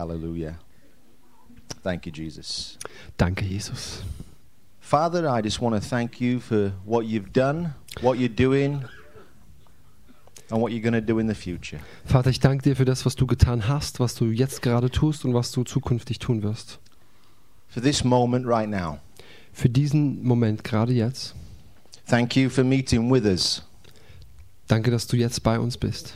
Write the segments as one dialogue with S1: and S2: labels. S1: Hallelujah. Thank you, Jesus.
S2: Danke, Jesus.
S1: Father, I just want to thank you for what you've done, what you're doing, and what you're going to do in the future.
S2: Vater, ich danke dir für das, was du getan hast, was du jetzt gerade tust und was du zukünftig tun wirst.
S1: For this moment right now,
S2: Für diesen Moment, gerade jetzt,
S1: thank you for meeting with us.
S2: danke, dass du jetzt bei uns bist.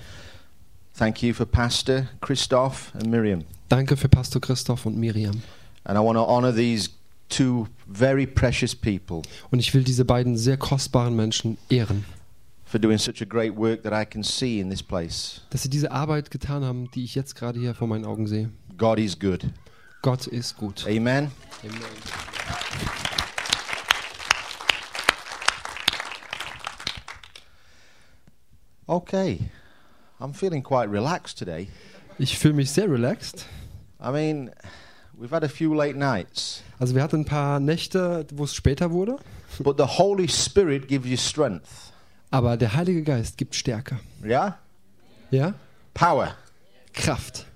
S1: Thank you for Pastor Christoph and Miriam.
S2: Danke für Pastor Christoph und Miriam.
S1: And I want to honor these two very precious people
S2: Und ich will diese beiden sehr kostbaren Menschen ehren,
S1: for doing such a great work that I can see in this place.
S2: dass sie diese Arbeit getan haben, die ich jetzt gerade hier vor meinen Augen sehe.
S1: God is good.
S2: Gott ist gut.
S1: Amen. Okay. I'm feeling quite relaxed today.
S2: Ich fühle mich sehr relaxed.
S1: I mean, we've had a few late nights,
S2: Also wir hatten ein paar Nächte, wo es später wurde,
S1: but the Holy Spirit gives you strength.
S2: aber der Heilige Geist gibt Stärke.
S1: Yeah?
S2: Ja?
S1: Power
S2: Kraft,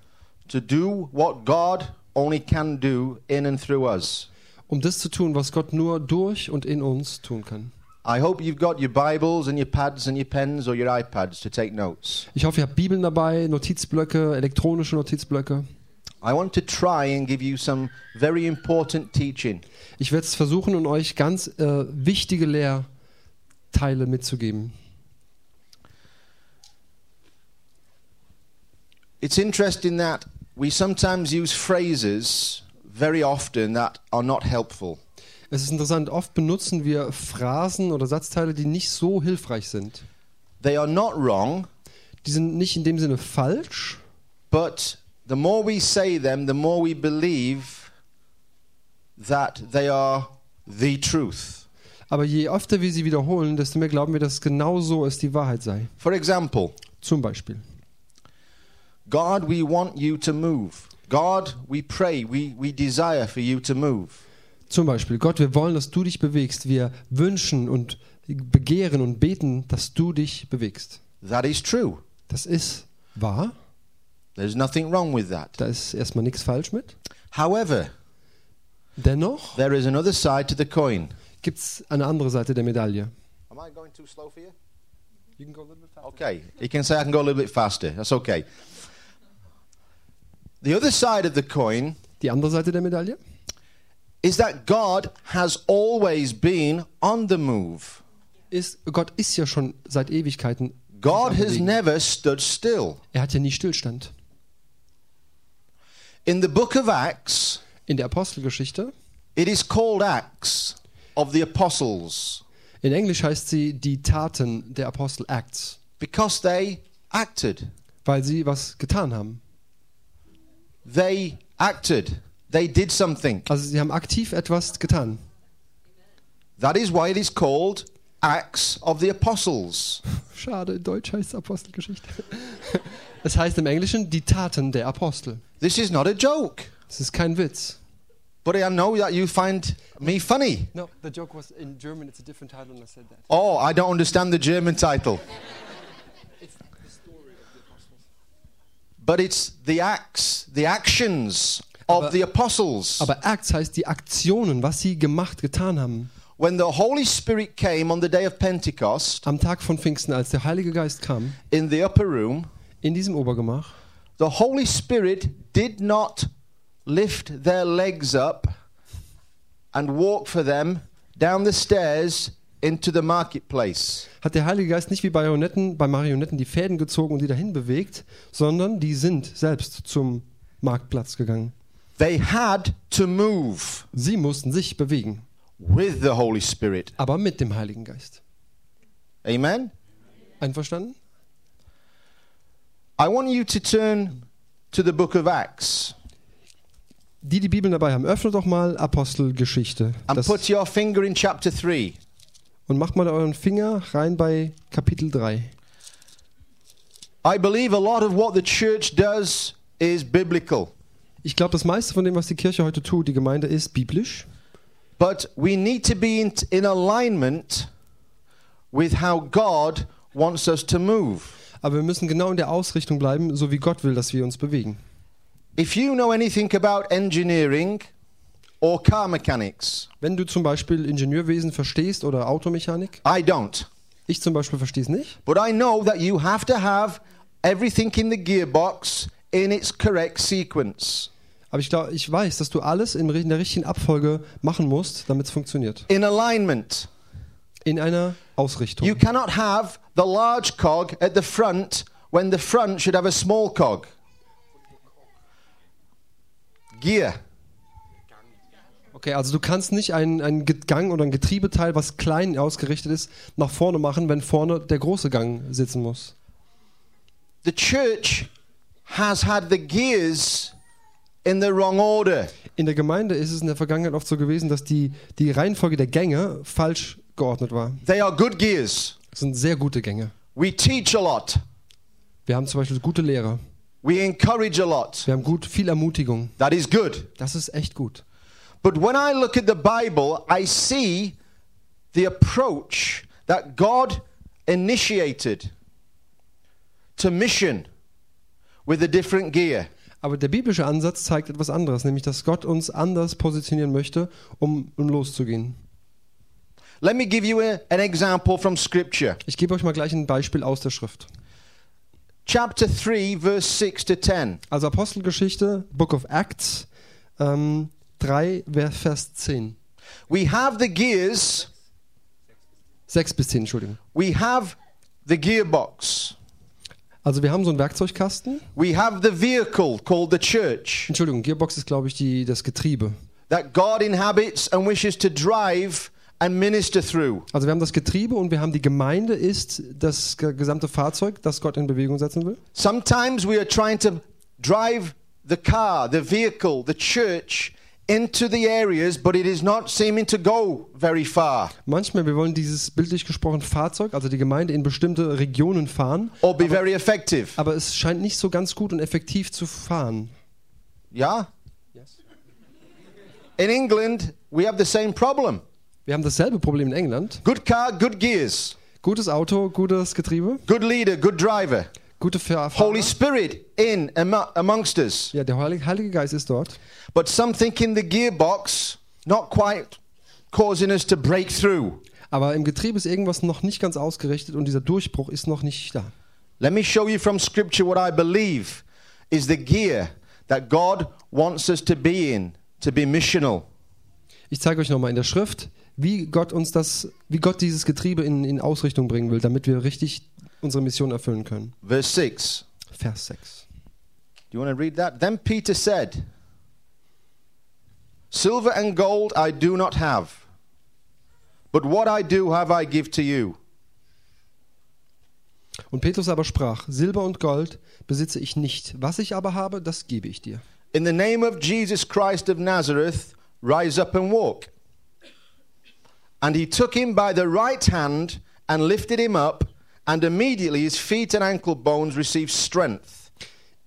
S1: to do what God only can do in and through us.
S2: um das zu tun, was Gott nur durch und in uns tun kann.
S1: I hope you've got your Bibles and your pads and your pens or your iPads to take notes.
S2: Ich hoffe, ihr habt Bibeln dabei, Notizblöcke, elektronische Notizblöcke.
S1: I want to try and give you some very important teaching.
S2: Ich werde es versuchen, um euch ganz äh, wichtige Lehrteile mitzugeben.
S1: It's interesting that we sometimes use phrases very often that are not helpful.
S2: Es ist interessant, oft benutzen wir Phrasen oder Satzteile, die nicht so hilfreich sind.
S1: They are not wrong,
S2: Die sind nicht in dem Sinne falsch,
S1: but the more we say them, the more we believe that they are the truth.
S2: aber je öfter wir sie wiederholen, desto mehr glauben wir, dass genau so es die Wahrheit sei.
S1: For example,
S2: Zum Beispiel.
S1: God, we want you to move. God, we pray, we, we desire for you to move.
S2: Zum Beispiel, Gott, wir wollen, dass du dich bewegst. Wir wünschen und begehren und beten, dass du dich bewegst.
S1: That is true.
S2: Das ist wahr.
S1: There's nothing wrong with that.
S2: Da ist erstmal nichts falsch mit.
S1: However,
S2: Dennoch
S1: there is another side to the coin.
S2: gibt es eine andere Seite der Medaille.
S1: Am I going too slow for you? Okay, he can say I can go a little bit faster. That's okay. The other side of the coin
S2: Die andere Seite der Medaille
S1: is that God has always been on the move.
S2: ist, Gott ist ja schon seit Ewigkeiten.
S1: God
S2: am
S1: has
S2: Bewegen.
S1: never stood still.
S2: Er hat ja nie Stillstand.
S1: In the book of Acts,
S2: In der Apostelgeschichte,
S1: it is called Acts of the Apostles
S2: in Englisch heißt sie die Taten der Apostel Acts,
S1: because they acted.
S2: weil sie was getan haben.
S1: They acted. They did something.
S2: Also sie haben aktiv etwas getan.
S1: That is why it is called Acts of the Apostles.
S2: Schade, in Deutsch heißt es Apostelgeschichte. Es heißt im Englischen die Taten der Apostel.
S1: This is not a joke.
S2: Es ist kein Witz.
S1: But I know that you find me funny.
S2: No, the joke was in German it's a different title and I said that.
S1: Oh, I don't understand the German title. But it's the acts, the actions of
S2: Aber-
S1: the apostles.
S2: Aber Acts heißt die Aktionen, was sie gemacht, getan haben.
S1: When the Holy Spirit came on the day of Pentecost
S2: Am Tag von Pfingsten, als der Heilige Geist kam,
S1: in the upper room,
S2: in diesem Obergemach,
S1: the Holy Spirit did not lift their legs up and walk for them down the stairs into the marketplace.
S2: hat der Heilige Geist nicht wie Marionetten, bei Marionetten die Fäden gezogen und die dahin bewegt, sondern die sind selbst zum Marktplatz gegangen.
S1: They had to move
S2: Sie mussten sich bewegen,
S1: with the Holy Spirit.
S2: aber mit dem Heiligen Geist.
S1: Amen.
S2: Einverstanden?
S1: I want you to turn to the book of Acts
S2: Die, die Bibeln dabei haben, öffnet doch mal Apostelgeschichte.
S1: and
S2: Das,
S1: put your finger in chapter 3.
S2: und macht mal euren Finger rein bei Kapitel 3.
S1: I believe a lot of what the church does is biblical,
S2: Ich glaube, das meiste von dem, was die Kirche heute tut, die Gemeinde ist biblisch.
S1: but we need to be in, in alignment with how God wants us to move.
S2: Aber wir müssen genau in der Ausrichtung bleiben, so wie Gott will, dass wir uns bewegen.
S1: If you know anything about engineering or car mechanics,
S2: Wenn du zum Beispiel Ingenieurwesen verstehst oder Automechanik,
S1: I don't.
S2: ich zum Beispiel verstehe es nicht,
S1: But I know that you have to have everything in the gearbox in its correct sequence.
S2: aber ich glaube, ich weiß, dass du alles in, ri- in der richtigen Abfolge machen musst, damit es funktioniert.
S1: in alignment.
S2: In einer Ausrichtung.
S1: You cannot have the large cog at the front when the front should have a small cog. Gear.
S2: Okay, also du kannst nicht einen, einen Ge- Gang oder ein Getriebeteil, was klein ausgerichtet ist, nach vorne machen, wenn vorne der große Gang sitzen muss.
S1: The church has had the gears in the wrong order.
S2: In der Gemeinde ist es in der Vergangenheit oft so gewesen, dass die, die Reihenfolge der Gänge falsch geordnet war.
S1: They are good gears.
S2: Das sind sehr gute Gänge.
S1: We teach a lot.
S2: Wir haben zum Beispiel gute Lehrer.
S1: We encourage a lot.
S2: Wir haben gut viel Ermutigung.
S1: That is good.
S2: Das ist echt gut.
S1: But when I look at the Bible, I see the approach that God initiated to mission with a different gear.
S2: Aber der biblische Ansatz zeigt etwas anderes, nämlich dass Gott uns anders positionieren möchte, um, um loszugehen.
S1: Let me give you a- an example from Scripture.
S2: Ich gebe euch mal gleich ein Beispiel aus der Schrift.
S1: Chapter 3, verse 6 to 10.
S2: Also Apostelgeschichte, Book of Acts, ähm, 3, Ver- Vers 10.
S1: We have the gears,
S2: 6 bis 10, Entschuldigung.
S1: we have the gearbox,
S2: Also wir haben so einen Werkzeugkasten.
S1: we have the vehicle called the church
S2: Entschuldigung, Gearbox ist, glaube ich, die, das Getriebe.
S1: that God inhabits and wishes to drive and minister through.
S2: Also wir haben das Getriebe und wir haben die Gemeinde ist das ge- gesamte Fahrzeug, das Gott in Bewegung setzen will.
S1: Sometimes we are trying to drive the car, the vehicle, the church into the areas, but it is not seeming to go very far
S2: Manchmal, wir wollen dieses bildlich gesprochen Fahrzeug, also die Gemeinde in bestimmte Regionen fahren,
S1: or be very effective.
S2: aber es scheint nicht so ganz gut und effektiv zu fahren.
S1: Yeah? In England, we have the same problem.
S2: Wir haben dasselbe Problem in England.
S1: Good car, good gears,
S2: Gutes Auto, gutes Getriebe,
S1: good leader, good driver.
S2: gute Fahr-
S1: Holy
S2: Fahrer.
S1: Spirit in amo- amongst us.
S2: Ja, der Heilige Heilige Geist ist dort.
S1: But something in the gearbox not quite causing us to break through.
S2: Aber im Getriebe ist irgendwas noch nicht ganz ausgerichtet und dieser Durchbruch ist noch nicht da.
S1: Let me show you from Scripture what I believe is the gear that God wants us to be in, to be missional.
S2: Ich zeige euch nochmal in der Schrift, wie Gott uns das, wie Gott dieses Getriebe in, in Ausrichtung bringen will, damit wir richtig unsere Mission erfüllen können.
S1: Verse 6.
S2: Vers 6.
S1: Do you want to read that? Then Peter said, Silver and gold I do not have, but what I do have I give to you.
S2: Und Petrus aber sprach: Silber und Gold besitze ich nicht. Was ich aber habe, das gebe ich dir.
S1: In the name of Jesus Christ of Nazareth, rise up and walk. And he took him by the right hand and lifted him up, and immediately his feet and ankle bones received strength.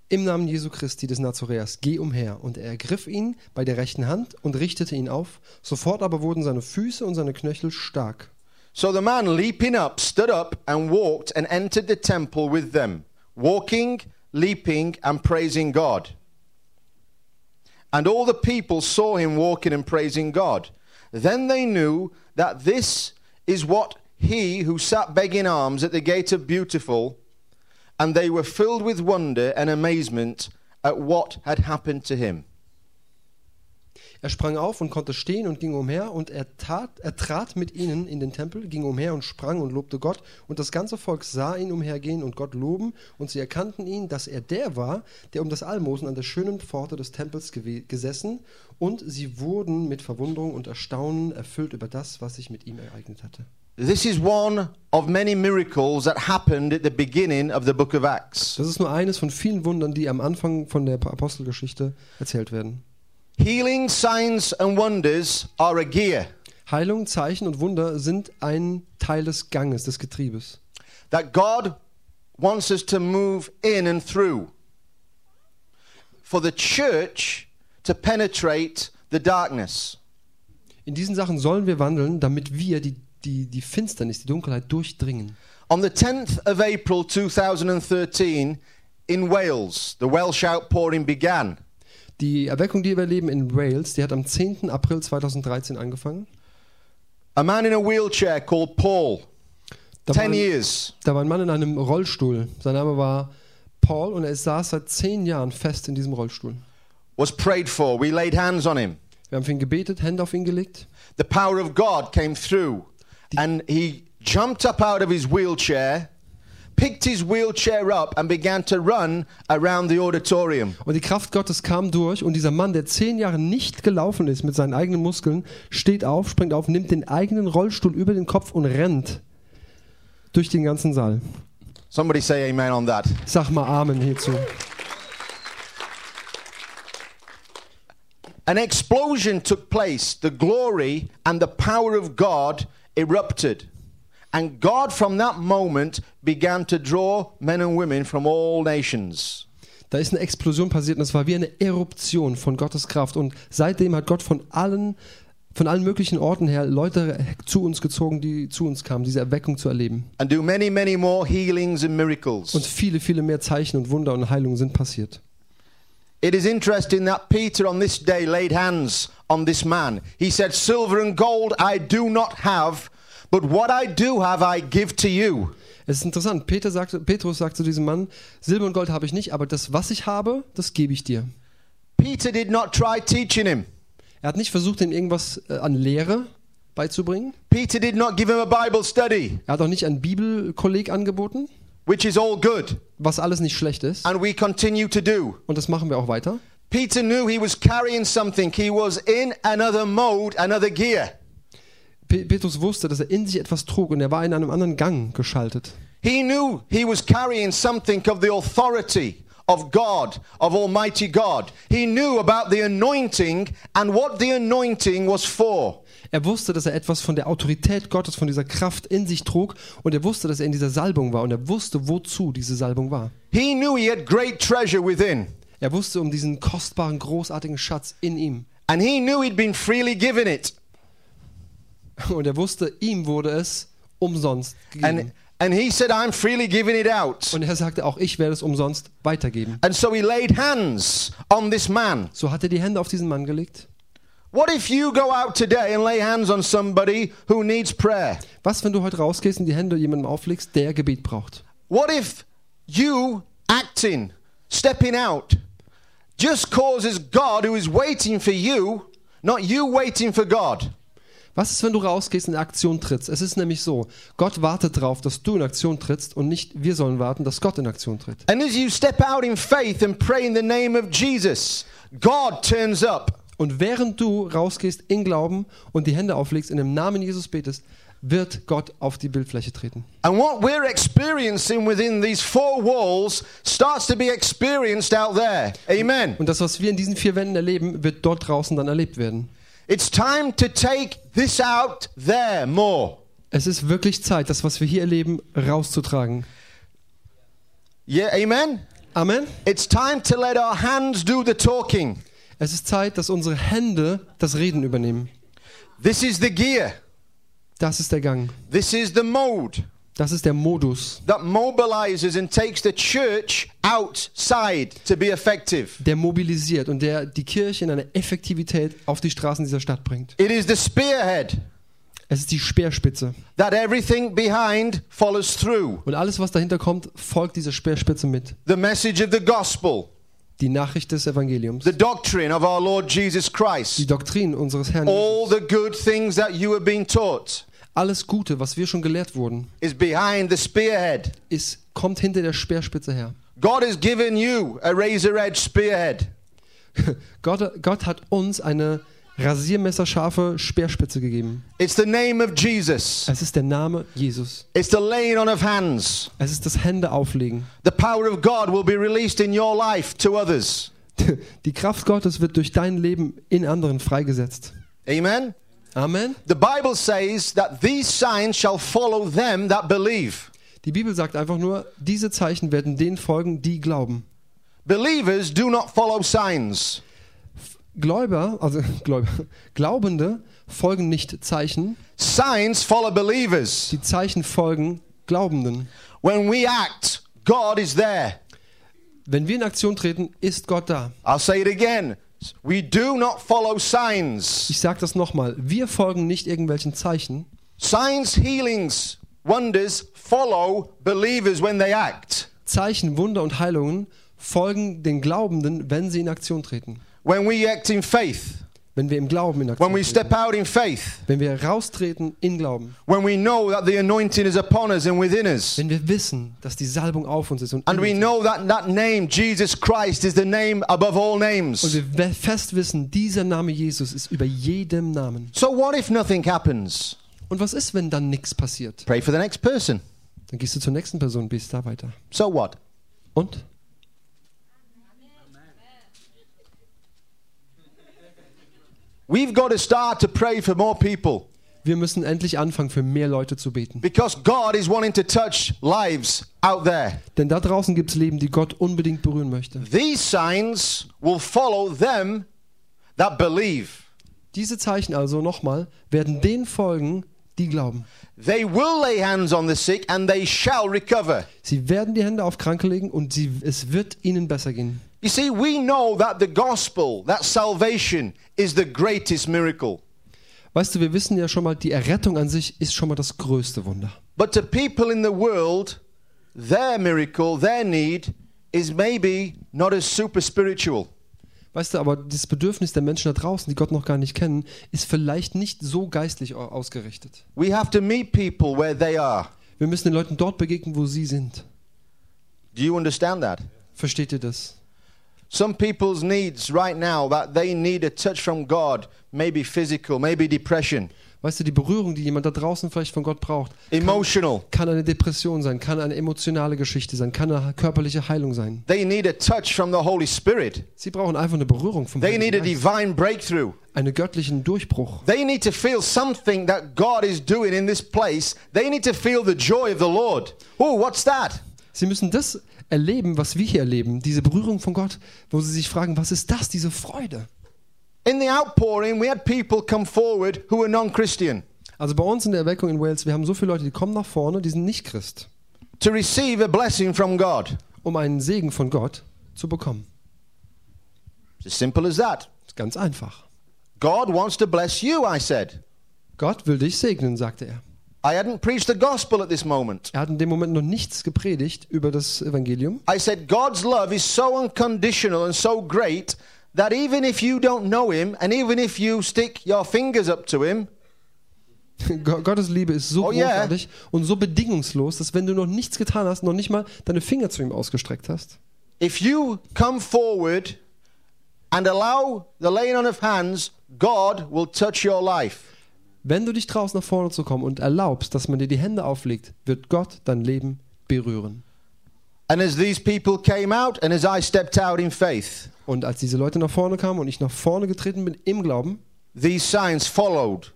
S2: Im Namen Jesu Christi des Nazoräers, geh umher. Und er ergriff ihn bei der rechten Hand und richtete ihn auf. Sofort aber wurden seine Füße und seine Knöchel stark.
S1: So the man, leaping up, stood up and walked and entered the temple with them, walking, leaping, and praising God. And all the people saw him walking and praising God. Then they knew that this is what he who sat begging alms at the gate of Beautiful, and they were filled with wonder and amazement at what had happened to him.
S2: Er sprang auf und konnte stehen und ging umher und er, tat, er trat mit ihnen in den Tempel, ging umher und sprang und lobte Gott und das ganze Volk sah ihn umhergehen und Gott loben und sie erkannten ihn, dass er der war, der um das Almosen an der schönen Pforte des Tempels gewe- gesessen und sie wurden mit Verwunderung und Erstaunen erfüllt über das, was sich mit ihm ereignet hatte.
S1: This is one of many miracles that happened at the beginning of the book of Acts.
S2: Das ist nur eines von vielen Wundern, die am Anfang von der Apostelgeschichte erzählt werden.
S1: Healing signs and wonders are a gear
S2: Heilung, Zeichen und Wunder sind ein Teil des Ganges, des Getriebes.
S1: that God wants us to move in and through for the church to penetrate the darkness.
S2: In diesen Sachen sollen wir wandeln, damit wir die, die, die Finsternis, die Dunkelheit durchdringen.
S1: On the 10th of April 2013 in Wales, the Welsh outpouring began
S2: Die Erweckung, die wir erleben in Wales, die hat am 10. April 2013 angefangen.
S1: A man in a wheelchair called Paul,
S2: Da war,
S1: 10
S2: ein,
S1: years.
S2: da war ein Mann in einem Rollstuhl. Sein Name war Paul und er saß seit zehn Jahren fest in diesem Rollstuhl.
S1: was prayed for. We laid hands on him.
S2: Wir haben für ihn gebetet, Hände auf ihn gelegt.
S1: The power of God came through and he jumped up out of his wheelchair, picked his wheelchair up, and began to run around the auditorium.
S2: Und die Kraft Gottes kam durch und dieser Mann, der zehn Jahre nicht gelaufen ist mit seinen eigenen Muskeln, steht auf, springt auf, nimmt den eigenen Rollstuhl über den Kopf und rennt durch den ganzen Saal.
S1: Somebody say amen on that.
S2: Sag mal Amen hierzu.
S1: An explosion took place. The glory and the power of God erupted. And God, from that moment, began to draw men and women from all nations.
S2: Da ist eine Explosion passiert und es war wie eine Eruption von Gottes Kraft. Und seitdem hat Gott von allen, von allen möglichen Orten her Leute zu uns gezogen, die zu uns kamen, diese Erweckung zu erleben.
S1: And do many, many more healings and miracles.
S2: Und viele, viele mehr Zeichen und Wunder und Heilungen sind passiert.
S1: It is interesting that Peter on this day laid hands on this man. He said, Silver and gold I do not have, but what I do have I give to you.
S2: Es ist interessant, Peter sagt, Petrus sagt zu diesem Mann, Silber und Gold habe ich nicht, aber das, was ich habe, das gebe ich dir.
S1: Peter did not try teaching him.
S2: Er hat nicht versucht, ihm irgendwas äh, an Lehre beizubringen.
S1: Peter did not give him a Bible study,
S2: Er hat auch nicht ein Bibelkolleg angeboten,
S1: which is all good,
S2: was alles nicht schlecht ist.
S1: and we continue to do.
S2: Und das machen wir auch weiter.
S1: Peter knew he was carrying something, he was in another mode, another gear.
S2: Pe- Petrus wusste, dass er in sich etwas trug und er war in einem anderen Gang geschaltet.
S1: He knew he was carrying something of the authority of God, of Almighty God. He knew about the anointing and what the anointing was for.
S2: Er wusste, dass er etwas von der Autorität Gottes, von dieser Kraft in sich trug und er wusste, dass er in dieser Salbung war und er wusste, wozu diese Salbung war.
S1: He knew he had great treasure within,
S2: Er wusste um diesen kostbaren, großartigen Schatz in ihm.
S1: and he knew he'd been freely given it.
S2: Und er wusste, ihm wurde es umsonst gegeben.
S1: And, and he said, I'm freely giving it out.
S2: Und er sagte, auch ich werde es umsonst weitergeben.
S1: And so he laid hands on this man.
S2: So hat er die Hände auf diesen Mann gelegt.
S1: What if you go out today and lay hands on somebody who needs prayer?
S2: Was, wenn du heute rausgehst und die Hände jemandem auflegst, der Gebet braucht?
S1: What if you acting, stepping out, just causes God, who is waiting for you, not you waiting for God?
S2: Was ist, wenn du rausgehst und in Aktion trittst? Es ist nämlich so, Gott wartet darauf, dass du in Aktion trittst und nicht wir sollen warten, dass Gott in Aktion tritt.
S1: And as you step out in faith and pray in the name of Jesus, God turns up.
S2: Und während du rausgehst in Glauben und die Hände auflegst, in dem Namen Jesus betest, wird Gott auf die Bildfläche treten.
S1: And what we're experiencing within these four walls starts to be experienced out there. Amen.
S2: Und das, was wir in diesen vier Wänden erleben, wird dort draußen dann erlebt werden.
S1: It's time to take this out there more.
S2: Es ist wirklich Zeit, das, was wir hier erleben, rauszutragen.
S1: Yeah, amen.
S2: Amen.
S1: It's time to let our hands do the talking.
S2: Es ist Zeit, dass unsere Hände das Reden übernehmen.
S1: This is the gear.
S2: Das ist der Gang.
S1: This is the mode
S2: Das ist der Modus.
S1: that mobilizes and takes the church outside to be effective.
S2: Der mobilisiert und der die Kirche in eine Effektivität auf die Straßen dieser Stadt bringt.
S1: It is the spearhead
S2: Es ist die Speerspitze.
S1: that everything behind follows through.
S2: Und alles, was dahinter kommt, folgt dieser Speerspitze mit.
S1: The message of the gospel,
S2: Die Nachricht des Evangeliums.
S1: the doctrine of our Lord Jesus
S2: Die
S1: Christ,
S2: Doktrin unseres Herrn.
S1: all the good things that you have been taught
S2: Alles Gute, was wir schon gelehrt wurden,
S1: is behind the spearhead.
S2: ist, kommt hinter der Speerspitze her.
S1: God has given you a razor edge spearhead.
S2: Gott, Gott hat uns eine rasiermesserscharfe Speerspitze gegeben.
S1: It's the name of Jesus.
S2: Es ist der Name Jesus.
S1: It's the laying on of hands.
S2: Es ist das Hände auflegen.
S1: The power of God will be released in your life to others.
S2: Die Kraft Gottes wird durch dein Leben in anderen freigesetzt.
S1: Amen.
S2: Amen.
S1: The Bible says that these signs shall follow them that believe.
S2: Die Bibel sagt einfach nur, diese Zeichen werden denen folgen, die glauben.
S1: Believers do not follow signs.
S2: Gläuber, also Gläuber, Glaubende folgen nicht Zeichen,
S1: Signs follow believers.
S2: die Zeichen folgen Glaubenden.
S1: When we act, God is there.
S2: Wenn wir in Aktion treten, ist Gott da.
S1: I'll say it again. We do not follow signs.
S2: Ich sage das nochmal. Wir folgen nicht irgendwelchen Zeichen.
S1: Signs, healings, wonders follow believers when they act.
S2: Zeichen, Wunder und Heilungen folgen den Glaubenden, wenn sie in Aktion treten.
S1: When we act in faith,
S2: Wenn wir im Glauben in Aktion
S1: when we
S2: treten.
S1: step out in faith,
S2: Wenn wir raustreten in Glauben.
S1: when we know that the anointing is upon us and within us,
S2: Wenn wir wissen, dass die Salbung auf uns ist und,
S1: and
S2: in
S1: we
S2: uns
S1: know that that name, Jesus Christ, is the name above all
S2: ist.
S1: names.
S2: und wir we- fest wissen, dieser Name Jesus ist über jedem Namen.
S1: So, what if nothing happens?
S2: Und was ist, wenn dann nichts passiert?
S1: Pray for the next person.
S2: Dann gehst du zur nächsten Person, bist da weiter.
S1: So, what?
S2: Und?
S1: We've got to start to pray for more people
S2: Wir müssen endlich anfangen, für mehr Leute zu beten.
S1: because God is wanting to touch lives out there.
S2: Denn da draußen gibt es Leben, die Gott unbedingt berühren möchte.
S1: These signs will follow them that believe.
S2: Diese Zeichen also nochmal werden denen folgen, die glauben.
S1: They will lay hands on the sick and they shall recover.
S2: Sie werden die Hände auf Kranke legen und sie, es wird ihnen besser gehen.
S1: You see, we know that the gospel, that salvation, is the greatest miracle.
S2: Weißt du, wir wissen ja schon mal, die Errettung an sich ist schon mal das größte Wunder.
S1: But to people in the world, their miracle, their need, is maybe not as super spiritual.
S2: Weißt du, aber das Bedürfnis der Menschen da draußen, die Gott noch gar nicht kennen, ist vielleicht nicht so geistlich au- ausgerichtet.
S1: We have to meet people where they are.
S2: Wir müssen den Leuten dort begegnen, wo sie sind.
S1: Do you understand that?
S2: Versteht ihr das?
S1: Some people's needs right now that they need a touch from God, maybe physical, maybe depression,
S2: Weißt du, die Berührung, die jemand da draußen vielleicht von Gott braucht,
S1: emotional.
S2: kann eine Depression sein, kann eine emotionale Geschichte sein, kann eine körperliche Heilung sein.
S1: They need a touch from the Holy Spirit.
S2: Sie brauchen einfach eine Berührung vom
S1: They need a
S2: Heiligen Geist,
S1: divine breakthrough.
S2: einen göttlichen Durchbruch.
S1: They need to feel something that God is doing in this place. They need to feel the joy of the Lord. Oh, what's that?
S2: Sie müssen das erleben, was wir hier erleben, diese Berührung von Gott, wo sie sich fragen, was ist das, diese Freude?
S1: In the outpouring, we had people come forward who were non Christian
S2: Also bei uns in der Erweckung in Wales, wir haben so viele Leute, die kommen nach vorne, die sind nicht Christ,
S1: to receive a blessing from God.
S2: um einen Segen von Gott zu bekommen.
S1: It's as simple as that.
S2: Ist ganz einfach.
S1: God wants to bless you, I said.
S2: Gott will dich segnen, sagte er.
S1: I hadn't preached the gospel at this moment.
S2: Er hat in dem Moment noch nichts gepredigt über das Evangelium.
S1: I said, God's love is so unconditional and so great that even if you don't know Him and even if you stick your fingers up to Him,
S2: Go- Gottes Liebe ist so
S1: Oh yeah.
S2: großartig und so bedingungslos, dass wenn du noch nichts getan hast, noch nicht mal deine Finger zu ihm ausgestreckt hast,
S1: if you come forward and allow the laying on of hands, God will touch your life.
S2: wenn du dich traust, nach vorne zu kommen und erlaubst, dass man dir die Hände auflegt, wird Gott dein Leben berühren.
S1: And as these people came out and as I stepped out in faith,
S2: Und als diese Leute nach vorne kamen und ich nach vorne getreten bin im Glauben,
S1: these signs followed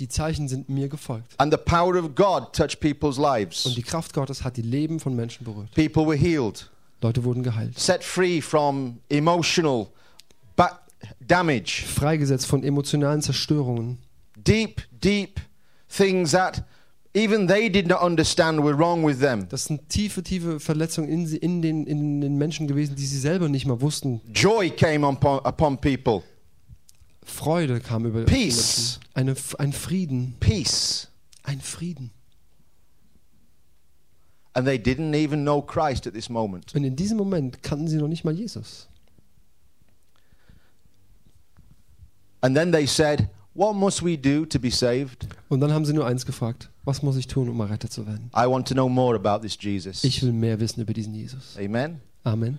S2: die Zeichen sind mir gefolgt.
S1: and the power of God touched people's
S2: Und
S1: lives.
S2: die Kraft Gottes hat die Leben von Menschen berührt.
S1: People were healed,
S2: Leute wurden geheilt,
S1: set free from emotional ba- damage.
S2: freigesetzt von emotionalen Zerstörungen.
S1: deep, deep things that even they did not understand were wrong with them.
S2: Das sind tiefe, tiefe Verletzungen in, sie- in, den, in den Menschen gewesen, die sie selber nicht mal wussten.
S1: Joy came upon, upon people,
S2: Freude kam über die
S1: Peace.
S2: Menschen. Eine, F- ein Frieden.
S1: peace,
S2: Ein Frieden.
S1: and they didn't even know Christ at this moment.
S2: Und in diesem Moment kannten sie noch nicht mal Jesus.
S1: And then they said, What must we do to be saved?
S2: Und dann haben sie nur eins gefragt. Was muss ich tun, um errettet zu werden?
S1: I want to know more about this Jesus.
S2: Ich will mehr wissen über diesen Jesus.
S1: Amen.
S2: Amen.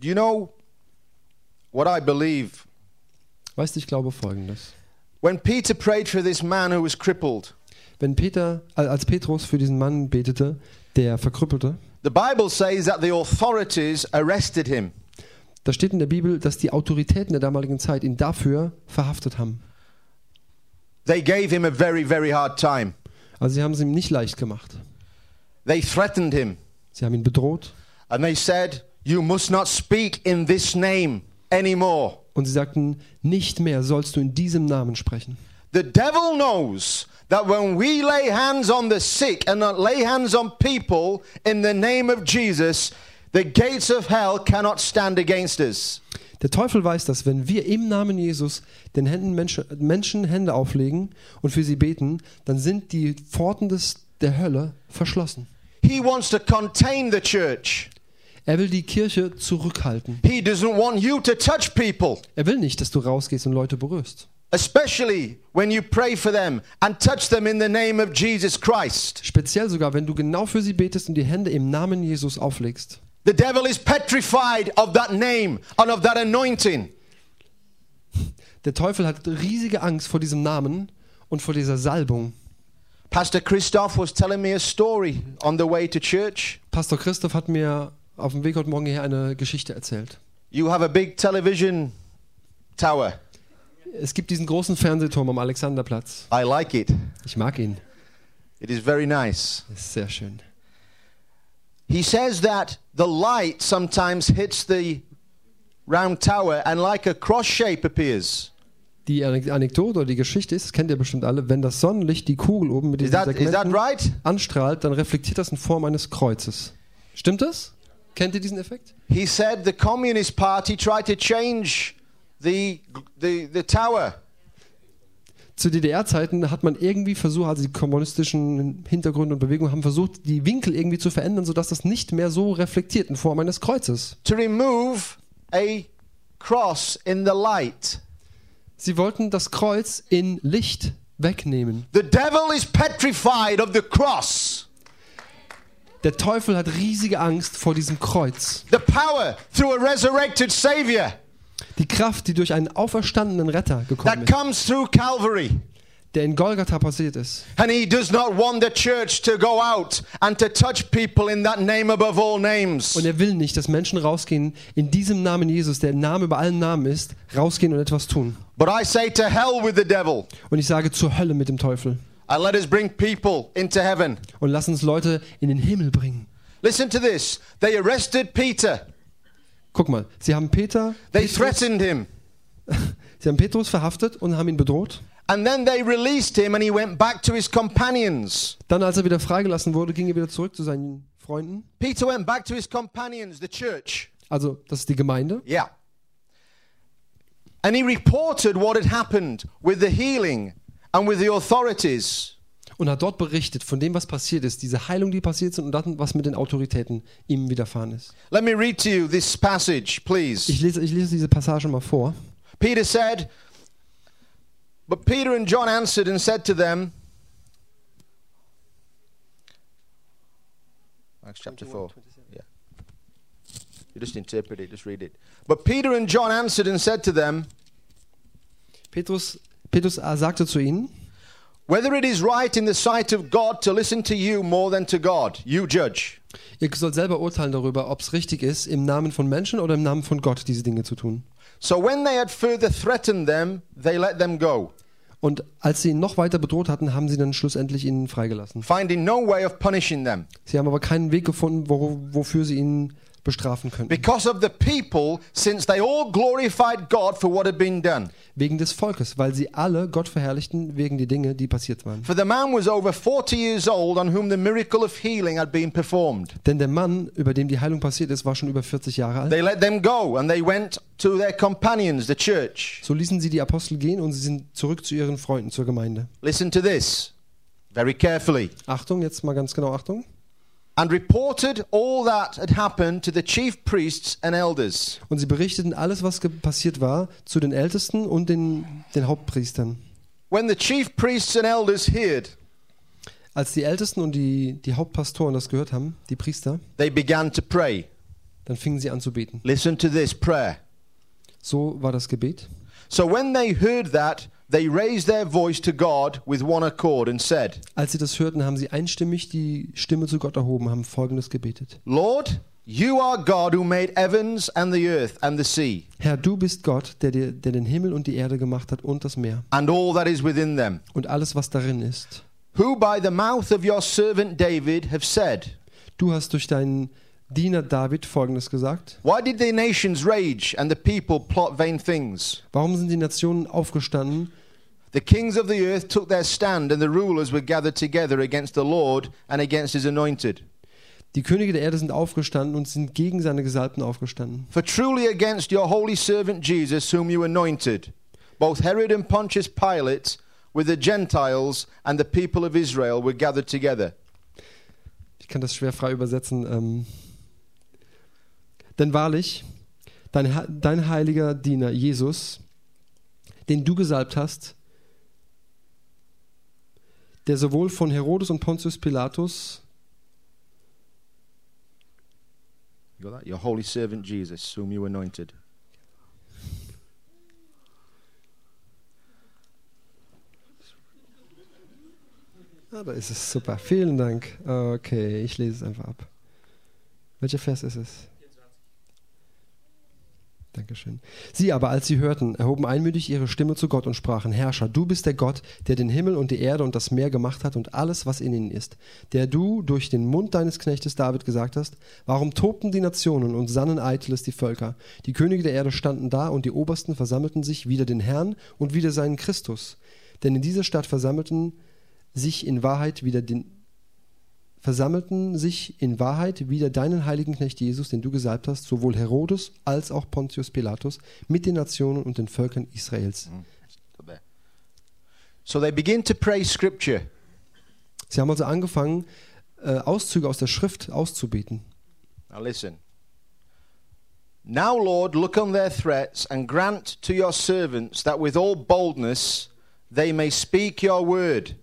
S1: Do you know what I believe?
S2: Weißt du, ich glaube folgendes.
S1: When Peter prayed for this man who was crippled,
S2: Wenn Peter, äh, als Petrus für diesen Mann betete, der verkrüppelte,
S1: the Bible says that the authorities arrested him.
S2: da steht in der Bibel, dass die Autoritäten der damaligen Zeit ihn dafür verhaftet haben.
S1: They gave him a very, very hard time.
S2: Also sie haben es ihm nicht leicht gemacht.
S1: They threatened him.
S2: Sie haben ihn bedroht
S1: And they said, You must not speak in this name anymore.
S2: und sie sagten, nicht mehr sollst du in diesem Namen sprechen.
S1: The devil knows that when we lay hands on the sick and not lay hands on people in the name of Jesus, The gates of hell cannot stand against us.
S2: Der Teufel weiß, dass wenn wir im Namen Jesus den Händen Menschen, Menschen Hände auflegen und für sie beten, dann sind die Pforten des, der Hölle verschlossen.
S1: He wants to contain the church.
S2: Er will die Kirche zurückhalten.
S1: He doesn't want you to touch people,
S2: Er will nicht, dass du rausgehst und Leute berührst.
S1: especially when you pray for them and touch them in the name of Jesus Christ.
S2: Speziell sogar, wenn du genau für sie betest und die Hände im Namen Jesus auflegst.
S1: The devil is petrified of that name and of that anointing.
S2: Der Teufel hat riesige Angst vor diesem Namen und vor dieser Salbung.
S1: Pastor Christoph was telling me a story on the way to church.
S2: Pastor Christoph hat mir auf dem Weg heute Morgen hier eine Geschichte erzählt.
S1: You have a big television tower.
S2: Es gibt diesen großen Fernsehturm am Alexanderplatz.
S1: I like it.
S2: Ich mag ihn.
S1: It is very nice.
S2: Das ist sehr schön.
S1: He says that the light sometimes hits the round tower and like a cross shape appears.
S2: Die Anek- Anekdote oder die Geschichte ist, das kennt ihr bestimmt alle, wenn das Sonnenlicht die Kugel oben mit
S1: Is
S2: diesen
S1: that is that
S2: Segmenten
S1: right?
S2: anstrahlt, dann reflektiert das in Form eines Kreuzes. Stimmt das? Kennt ihr diesen Effekt?
S1: He said the Communist Party tried to change the the the tower.
S2: Zu DDR-Zeiten hat man irgendwie versucht, also die kommunistischen Hintergründe und Bewegungen haben versucht, die Winkel irgendwie zu verändern, sodass das nicht mehr so reflektiert in Form eines Kreuzes.
S1: to remove a cross in the light.
S2: Sie wollten das Kreuz in Licht wegnehmen.
S1: The devil is petrified of the cross.
S2: Der Teufel hat riesige Angst vor diesem Kreuz.
S1: The power through a resurrected Savior
S2: Die Kraft, die durch einen auferstandenen Retter gekommen
S1: that
S2: ist,
S1: comes through Calvary.
S2: der in Golgatha passiert ist.
S1: And he does not want the church to go out and to touch people in that name above all names.
S2: Und er will nicht, dass Menschen rausgehen in diesem Namen Jesus, der Name über allen Namen ist, rausgehen und etwas tun.
S1: But I say to hell with the devil
S2: Und ich sage zur Hölle mit dem Teufel
S1: and let us bring people into heaven.
S2: und lass uns Leute in den Himmel bringen.
S1: Listen to this. They arrested Peter,
S2: Guck mal, sie haben Peter,
S1: they
S2: Petrus,
S1: threatened him,
S2: sie haben Petrus verhaftet und haben ihn bedroht.
S1: and then they released him and he went back to his companions.
S2: Dann, als er wieder freigelassen wurde, ging er wieder zurück zu seinen Freunden.
S1: Peter went back to his companions, the church.
S2: Also, das ist die Gemeinde.
S1: Yeah. And he reported what had happened with the healing and with the authorities.
S2: und hat dort berichtet von dem, was passiert ist, diese Heilung, die passiert sind und dann, was mit den Autoritäten ihm widerfahren ist.
S1: Let me read to you this passage,
S2: Ich
S1: please.
S2: lese, ich lese diese Passage mal vor.
S1: Peter said, But Peter and John answered and said to them, Acts chapter 4. Yeah. You just interpret it, just read it. But Peter and John answered and said to them,
S2: Petrus, Petrus äh, sagte zu ihnen,
S1: Whether it is right in the sight of God to listen to you more than to God, you judge.
S2: ihr sollt selber urteilen darüber, ob es richtig ist, im Namen von Menschen oder im Namen von Gott diese Dinge zu tun.
S1: So when they had further threatened them, they let them go,
S2: Und als sie ihn noch weiter bedroht hatten, haben sie dann schlussendlich ihn freigelassen.
S1: finding no way of punishing them.
S2: Sie haben aber keinen Weg gefunden, wo, wofür sie ihn bestrafen könnten.
S1: Because of the people, since they all glorified God for what had been done.
S2: Wegen des Volkes, weil sie alle Gott verherrlichten wegen die Dinge, die passiert waren.
S1: For the man was over 40 years old on whom the miracle of healing had been performed.
S2: Denn der Mann, über dem die Heilung passiert ist, war schon über 40 Jahre alt.
S1: They let them go and they went to their companions, the church.
S2: So ließen sie die Apostel gehen und sie sind zurück zu ihren Freunden, zur Gemeinde.
S1: Listen to this very carefully.
S2: Achtung, jetzt mal ganz genau Achtung.
S1: And reported all that had happened to the chief priests and elders.
S2: Und sie berichteten alles, was ge- passiert war, zu den Ältesten und den, den Hauptpriestern.
S1: When the chief priests and elders heard,
S2: Als die Ältesten und die, die Hauptpastoren das gehört haben, die Priester,
S1: they began to pray.
S2: dann fingen sie an zu beten.
S1: Listen to this prayer.
S2: So war das Gebet.
S1: So when they heard that, they raised their voice to God with one accord and said,
S2: Als sie das hörten, haben sie einstimmig die Stimme zu Gott erhoben, haben folgendes gebetet.
S1: Lord, you are God who made heavens and the earth and the sea
S2: Herr, du bist Gott, der, dir, der den Himmel und die Erde gemacht hat und das Meer
S1: and all that is within them,
S2: und alles, was darin ist.
S1: who by the mouth of your servant David have said,
S2: Du hast durch deinen Diener David folgendes gesagt.
S1: Why did the nations rage and the people plot vain things?
S2: Warum sind die Nationen aufgestanden?
S1: The kings of the earth took their stand and the rulers were gathered together against the Lord and against his anointed.
S2: Die Könige der Erde sind aufgestanden und sind gegen seine Gesalbten aufgestanden.
S1: For truly against your holy servant Jesus, whom you anointed, both Herod and Pontius Pilate, with the Gentiles and the people of Israel, were gathered together.
S2: Ich kann das schwer frei übersetzen. Ähm. Denn wahrlich, dein, He- dein heiliger Diener Jesus, den du gesalbt hast, der sowohl von Herodes und Pontius Pilatus,
S1: You got that? Your holy servant Jesus, whom you anointed.
S2: ah, da ist es super, vielen Dank. Okay, ich lese es einfach ab. Welcher Vers ist es? Dankeschön. Sie aber, als sie hörten, erhoben einmütig ihre Stimme zu Gott und sprachen, Herrscher, du bist der Gott, der den Himmel und die Erde und das Meer gemacht hat und alles, was in ihnen ist, der du durch den Mund deines Knechtes David gesagt hast, warum tobten die Nationen und sannen Eitles die Völker? Die Könige der Erde standen da und die Obersten versammelten sich wider den Herrn und wider seinen Christus. Denn in dieser Stadt versammelten sich in Wahrheit wieder den, versammelten sich in Wahrheit wieder deinen heiligen Knecht Jesus, den du gesalbt hast, sowohl Herodes als auch Pontius Pilatus, mit den Nationen und den Völkern Israels.
S1: Up there. So they begin to pray scripture.
S2: Sie haben also angefangen, äh, Auszüge aus der Schrift auszubeten.
S1: Now listen. Now, Lord, look on their threats and grant to your servants that with all boldness they may speak your word.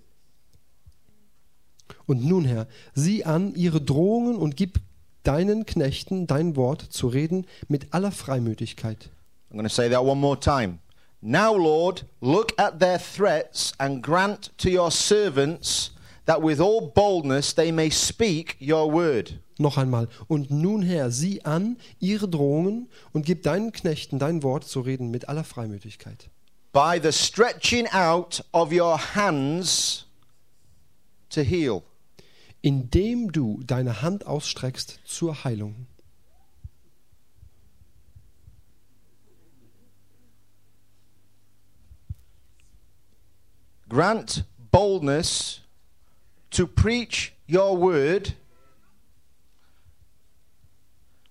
S2: Und nun, Herr, sieh an ihre Drohungen und gib deinen Knechten dein Wort zu reden mit aller Freimütigkeit.
S1: I'm going to say that one more time. Now, Lord, look at their threats and grant to your servants that with all boldness they may speak your word.
S2: Noch einmal. Und nun, Herr, sieh an ihre Drohungen und gib deinen Knechten dein Wort zu reden mit aller Freimütigkeit.
S1: By the stretching out of your hands to heal.
S2: indem du deine Hand ausstreckst zur Heilung.
S1: Grant boldness to preach your word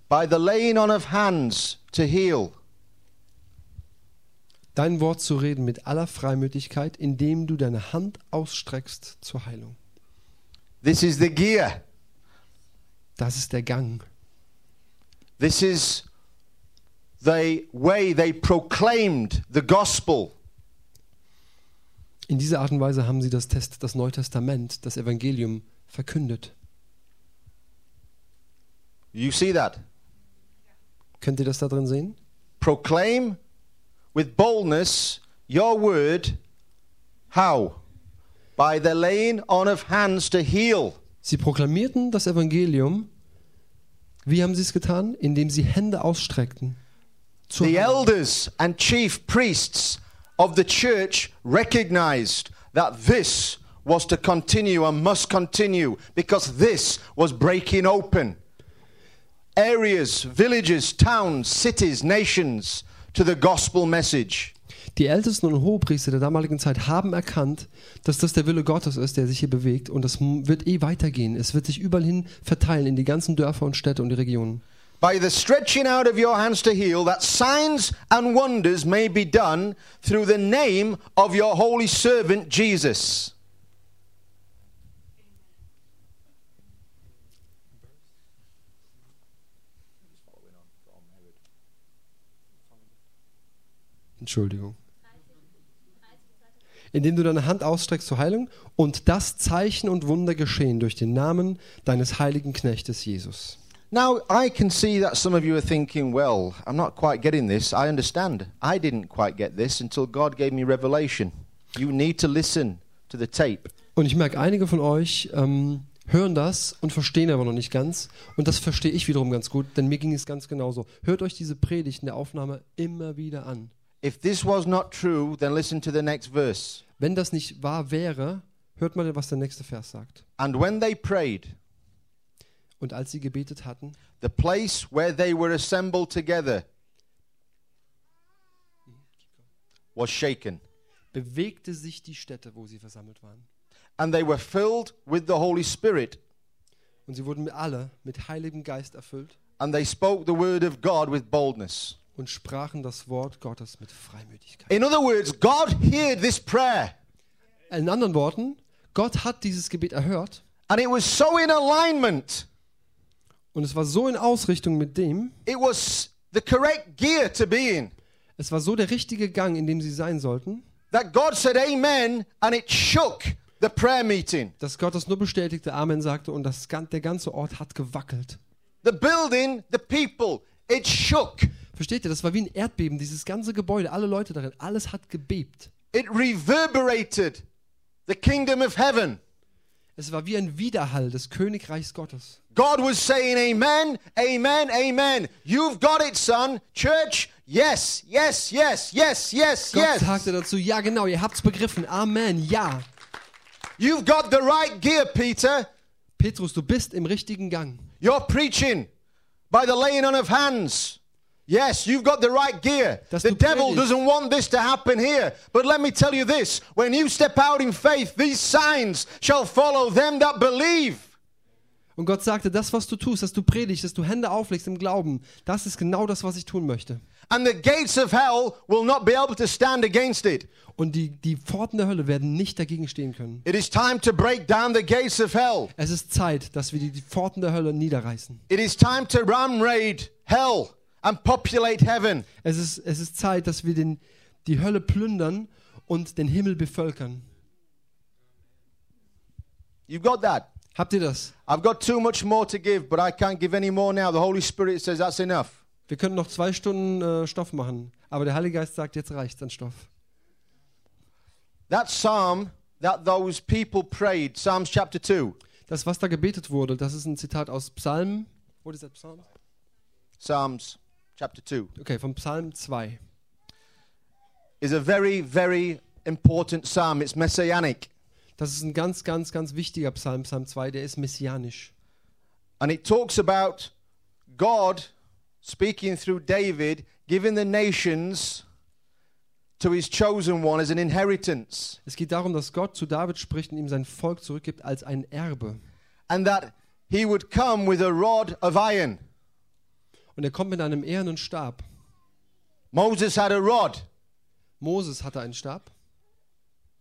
S1: by the laying on of hands to heal.
S2: Dein Wort zu reden mit aller Freimütigkeit, indem du deine Hand ausstreckst zur Heilung.
S1: This is the gear.
S2: Das ist der Gang.
S1: This is the way they proclaimed the gospel.
S2: In dieser Art und Weise haben sie das, Test, das Neue Testament, das Evangelium verkündet.
S1: You see that?
S2: Könnt ihr das da drin sehen?
S1: Proclaim with boldness your word. How? By the laying on of hands to heal.
S2: Sie proklamierten das Evangelium. Wie haben sie es getan? Indem sie Hände ausstreckten. Zur
S1: The
S2: Heilung.
S1: elders and chief priests of the church recognized that this was to continue and must continue because this was breaking open areas, villages, towns, cities, nations to the gospel message.
S2: Die Ältesten und Hohepriester der damaligen Zeit haben erkannt, dass das der Wille Gottes ist, der sich hier bewegt und das m- wird eh weitergehen. Es wird sich überall hin verteilen in die ganzen Dörfer und Städte und die Regionen.
S1: By the stretching out of your hands to heal, that signs and wonders may be done through the name of your holy servant Jesus.
S2: Entschuldigung. Indem du deine Hand ausstreckst zur Heilung und das Zeichen und Wunder geschehen durch den Namen deines heiligen Knechtes Jesus.
S1: Now, I can see that some of you are thinking, well, I'm not quite getting this. I understand. I didn't quite get this until God gave me revelation. You need to listen to the tape.
S2: Und ich merke, einige von euch ähm, hören das und verstehen aber noch nicht ganz. Und das verstehe ich wiederum ganz gut, denn mir ging es ganz genauso. Hört euch diese Predigt in der Aufnahme immer wieder an.
S1: If this was not true, then listen to the next verse.
S2: Wenn das nicht wahr wäre, hört mal, was der nächste Vers sagt.
S1: And when they prayed,
S2: Und als sie gebetet hatten,
S1: the place where they were assembled together was shaken,
S2: bewegte sich die Stätte, wo sie versammelt waren.
S1: and they were filled with the Holy Spirit
S2: Und sie wurden alle mit Heiligem Geist erfüllt
S1: and they spoke the word of God with boldness.
S2: und sprachen das Wort Gottes mit Freimütigkeit.
S1: In other words, God heard this prayer,
S2: In anderen Worten, Gott hat dieses Gebet erhört
S1: and it was so in alignment.
S2: und es war so in Ausrichtung mit dem,
S1: It was the correct gear to be in
S2: es war so der richtige Gang, in dem sie sein sollten,
S1: that God said amen and it shook the prayer meeting.
S2: dass Gott das nur bestätigte Amen sagte und das, gan- der ganze Ort hat gewackelt.
S1: The building, the people, it shook.
S2: Versteht ihr, das war wie ein Erdbeben, dieses ganze Gebäude, alle Leute darin, alles hat gebebt.
S1: It reverberated the kingdom of heaven.
S2: Es war wie ein Widerhall des Königreichs Gottes.
S1: God was saying, Amen, Amen, Amen. You've got it, son. Church, yes, yes, yes, yes, yes,
S2: Gott
S1: yes.
S2: sagte dazu, ja genau, ihr habt's begriffen, Amen, ja.
S1: You've got the right gear, Peter.
S2: Petrus, du bist im richtigen Gang.
S1: You're preaching by the laying on of hands. Yes, you've got the right gear.
S2: Dass
S1: the
S2: du
S1: devil
S2: predigst.
S1: doesn't want this to happen here. But let me tell you this when you step out in faith, these signs shall follow them that believe.
S2: Und Gott sagte, das, was du tust, dass du predigst, dass du Hände auflegst im Glauben, das ist genau das, was ich tun möchte.
S1: And the gates of hell will not be able to stand against it.
S2: Und die, die Pforten der Hölle werden nicht dagegen stehen können.
S1: It is time to break down the gates of hell.
S2: Es ist Zeit, dass wir die, die Pforten der Hölle niederreißen.
S1: It is time to ram raid hell and populate heaven.
S2: Es ist, es ist Zeit, dass wir den, die Hölle plündern und den Himmel bevölkern.
S1: You've got that.
S2: Habt ihr das?
S1: I've got too much more to give, but I can't give any more now. The Holy Spirit says that's enough.
S2: Wir können noch zwei Stunden äh, Stoff machen, aber der Heilige Geist sagt, jetzt reicht's an Stoff.
S1: That psalm that those people prayed, Psalms chapter 2,
S2: Das, was da gebetet wurde, das ist ein Zitat aus Psalm. What is that Psalm?
S1: Psalms chapter 2,
S2: Okay, vom Psalm 2.
S1: is a very, very important psalm. It's messianic.
S2: Das ist ein ganz, ganz, ganz wichtiger Psalm, Psalm 2, der ist messianisch.
S1: And it talks about God speaking through David, giving the nations to his chosen one as an inheritance.
S2: Es geht darum, dass Gott zu David spricht und ihm sein Volk zurückgibt als ein Erbe.
S1: And that he would come with a rod of iron.
S2: Und er kommt mit einem ehernen Stab.
S1: Moses had a rod.
S2: Moses hatte einen Stab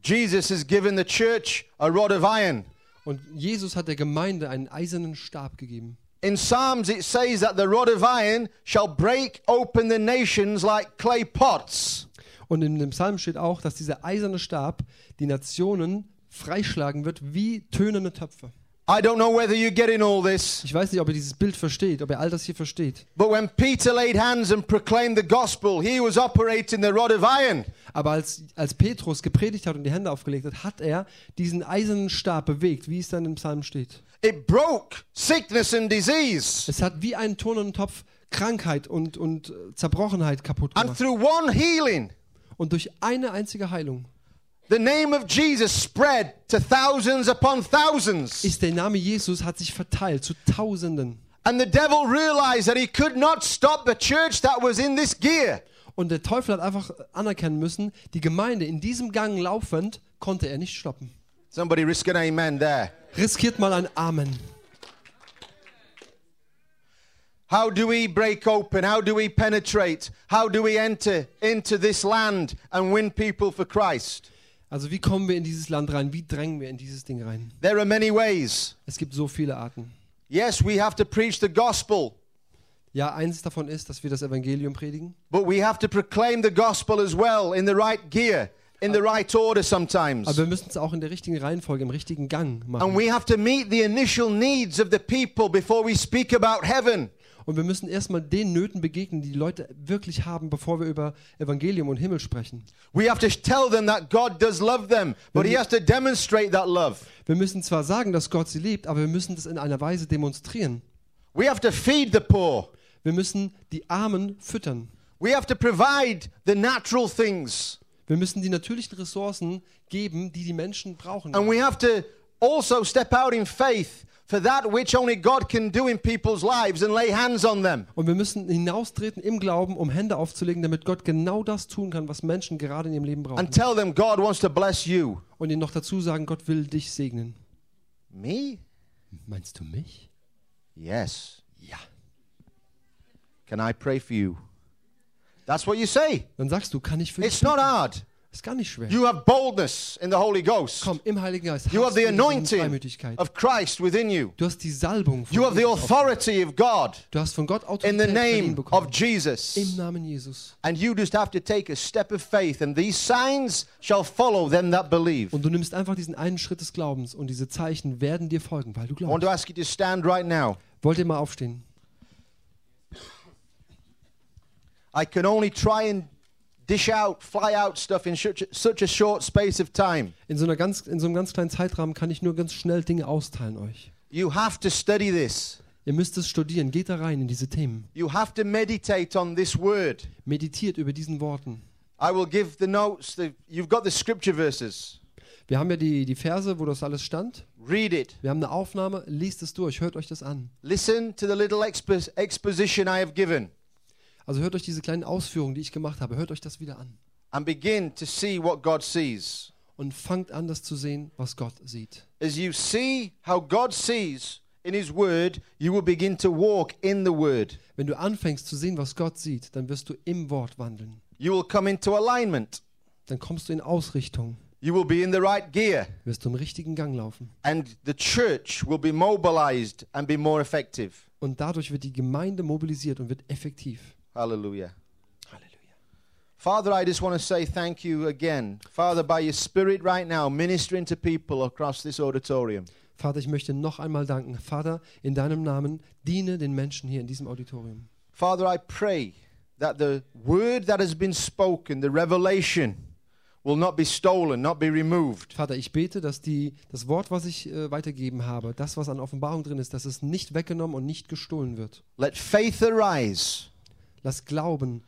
S1: Jesus has given the church a rod of iron.
S2: und Jesus hat der Gemeinde einen eisernen Stab gegeben.
S1: In Psalms, it says that the rod of iron shall break open the nations like clay pots.
S2: Und in dem Psalm steht auch, dass dieser eiserne Stab die Nationen freischlagen wird wie tönende Töpfe.
S1: I don't know whether you're getting all this,
S2: Ich weiß nicht, ob ihr dieses Bild versteht, ob ihr all das hier versteht.
S1: but when Peter laid hands and proclaimed the gospel, he was operating the rod of iron.
S2: Aber als, als Petrus gepredigt hat und die Hände aufgelegt hat, hat er diesen eisernen Stab bewegt, wie es dann im Psalm steht.
S1: It broke sickness and disease.
S2: Es hat wie einen turnenden Topf Krankheit und, und äh, Zerbrochenheit kaputt
S1: And
S2: gemacht.
S1: through one healing,
S2: Und durch eine einzige Heilung
S1: the name of Jesus spread to thousands upon thousands.
S2: ist der Name Jesus, hat sich verteilt zu Tausenden.
S1: And the devil realized that he could not stop the church that was in this gear.
S2: Und der Teufel hat einfach anerkennen müssen, die Gemeinde in diesem Gang laufend konnte er nicht stoppen.
S1: Somebody risk an amen there.
S2: Riskiert mal ein Amen.
S1: How do we break open? How do we penetrate? How do we enter into this land and win people for Christ?
S2: Also wie kommen wir in dieses Land rein? Wie drängen wir in dieses Ding rein?
S1: There are many ways.
S2: Es gibt so viele Arten.
S1: Yes, we have to preach the gospel,
S2: Ja, eins davon ist, dass wir das Evangelium predigen.
S1: but we have to proclaim the gospel as well in the right gear, in the right order
S2: Aber
S1: sometimes.
S2: wir müssen es auch in der richtigen Reihenfolge, im richtigen Gang machen.
S1: And we have to meet the initial needs of the people before we speak about heaven.
S2: Und wir müssen erstmal den Nöten begegnen, die die Leute wirklich haben, bevor wir über Evangelium und Himmel sprechen.
S1: We have to tell them that God does love them, but He has to demonstrate that love.
S2: Wir müssen zwar sagen, dass Gott sie liebt, aber wir müssen das in einer Weise demonstrieren.
S1: We have to feed the poor.
S2: Wir müssen die Armen füttern.
S1: We have to provide the natural things.
S2: Wir müssen die natürlichen Ressourcen geben, die die Menschen brauchen.
S1: And we have to also step out in faith for that which only God can do in people's lives and lay hands on them.
S2: Und wir müssen hinaustreten im Glauben, um Hände aufzulegen, damit Gott genau das tun kann, was Menschen gerade in ihrem Leben brauchen.
S1: And tell them God wants to bless you.
S2: Und ihnen noch dazu sagen, Gott will dich segnen.
S1: Me?
S2: Meinst du mich?
S1: Yes.
S2: Ja.
S1: Can I pray for you? That's what you say.
S2: Dann sagst du, kann ich für
S1: It's
S2: dich
S1: not
S2: beten?
S1: hard.
S2: Ist gar nicht schwer.
S1: You have boldness in the Holy Ghost.
S2: Komm, im Heiligen Geist.
S1: You have
S2: hast
S1: the
S2: du diese
S1: anointing
S2: Freimütigkeit.
S1: of Christ within you.
S2: Du hast die Salbung von
S1: You have the
S2: Gott bekommen.
S1: authority of God
S2: Du hast von Gott
S1: in the
S2: Autorität verliehen
S1: name of
S2: bekommen. Im
S1: Jesus.
S2: Namen Jesus.
S1: And you just have to take a step of faith, and these signs shall follow them that believe.
S2: Und du nimmst einfach diesen einen Schritt des Glaubens und diese Zeichen werden dir folgen, weil du
S1: I want
S2: glaubst.
S1: to ask you to stand right now.
S2: Wollt ihr mal aufstehen?
S1: I can only try and dish out, fly out stuff in such, such a short space of time.
S2: In so, einer ganz, in so einem ganz kleinen Zeitrahmen kann ich nur ganz schnell Dinge austeilen euch.
S1: You have to study this.
S2: Ihr müsst es studieren, geht da rein in diese Themen.
S1: You have to meditate on this word.
S2: Meditiert über diesen Worten.
S1: I will give the notes. The, you've got the scripture verses.
S2: Wir haben ja die, die Verse, wo das alles stand.
S1: Read it.
S2: Wir haben eine Aufnahme, lest es durch, hört euch das an.
S1: Listen to the little expo- exposition I have given
S2: Also hört euch diese kleinen Ausführungen, die ich gemacht habe, hört euch das wieder an.
S1: and begin to see what God sees.
S2: Und fangt an, das zu sehen, was Gott sieht.
S1: As you see how God sees in His Word, you will begin to walk in the Word.
S2: Wenn du anfängst zu sehen, was Gott sieht, dann wirst du im Wort wandeln.
S1: You will come into alignment.
S2: Dann kommst du in Ausrichtung,
S1: You will be in the right gear.
S2: wirst du im richtigen Gang laufen.
S1: And the church will be mobilized and be more effective.
S2: Und dadurch wird die Gemeinde mobilisiert und wird effektiv.
S1: Hallelujah.
S2: Halleluja.
S1: Father, I just want to say thank you again. Father, by your Spirit right now, ministering to people across this auditorium.
S2: Vater, ich möchte noch einmal danken. Vater, in deinem Namen diene den Menschen hier in diesem Auditorium.
S1: Father, I pray that the word that has been spoken, the revelation, will not be stolen, not be removed.
S2: Vater, ich bete, dass die, das Wort, was ich äh, weitergeben habe, das, was an Offenbarung drin ist, dass es nicht weggenommen und nicht gestohlen wird.
S1: Let faith arise.
S2: Lass Glauben,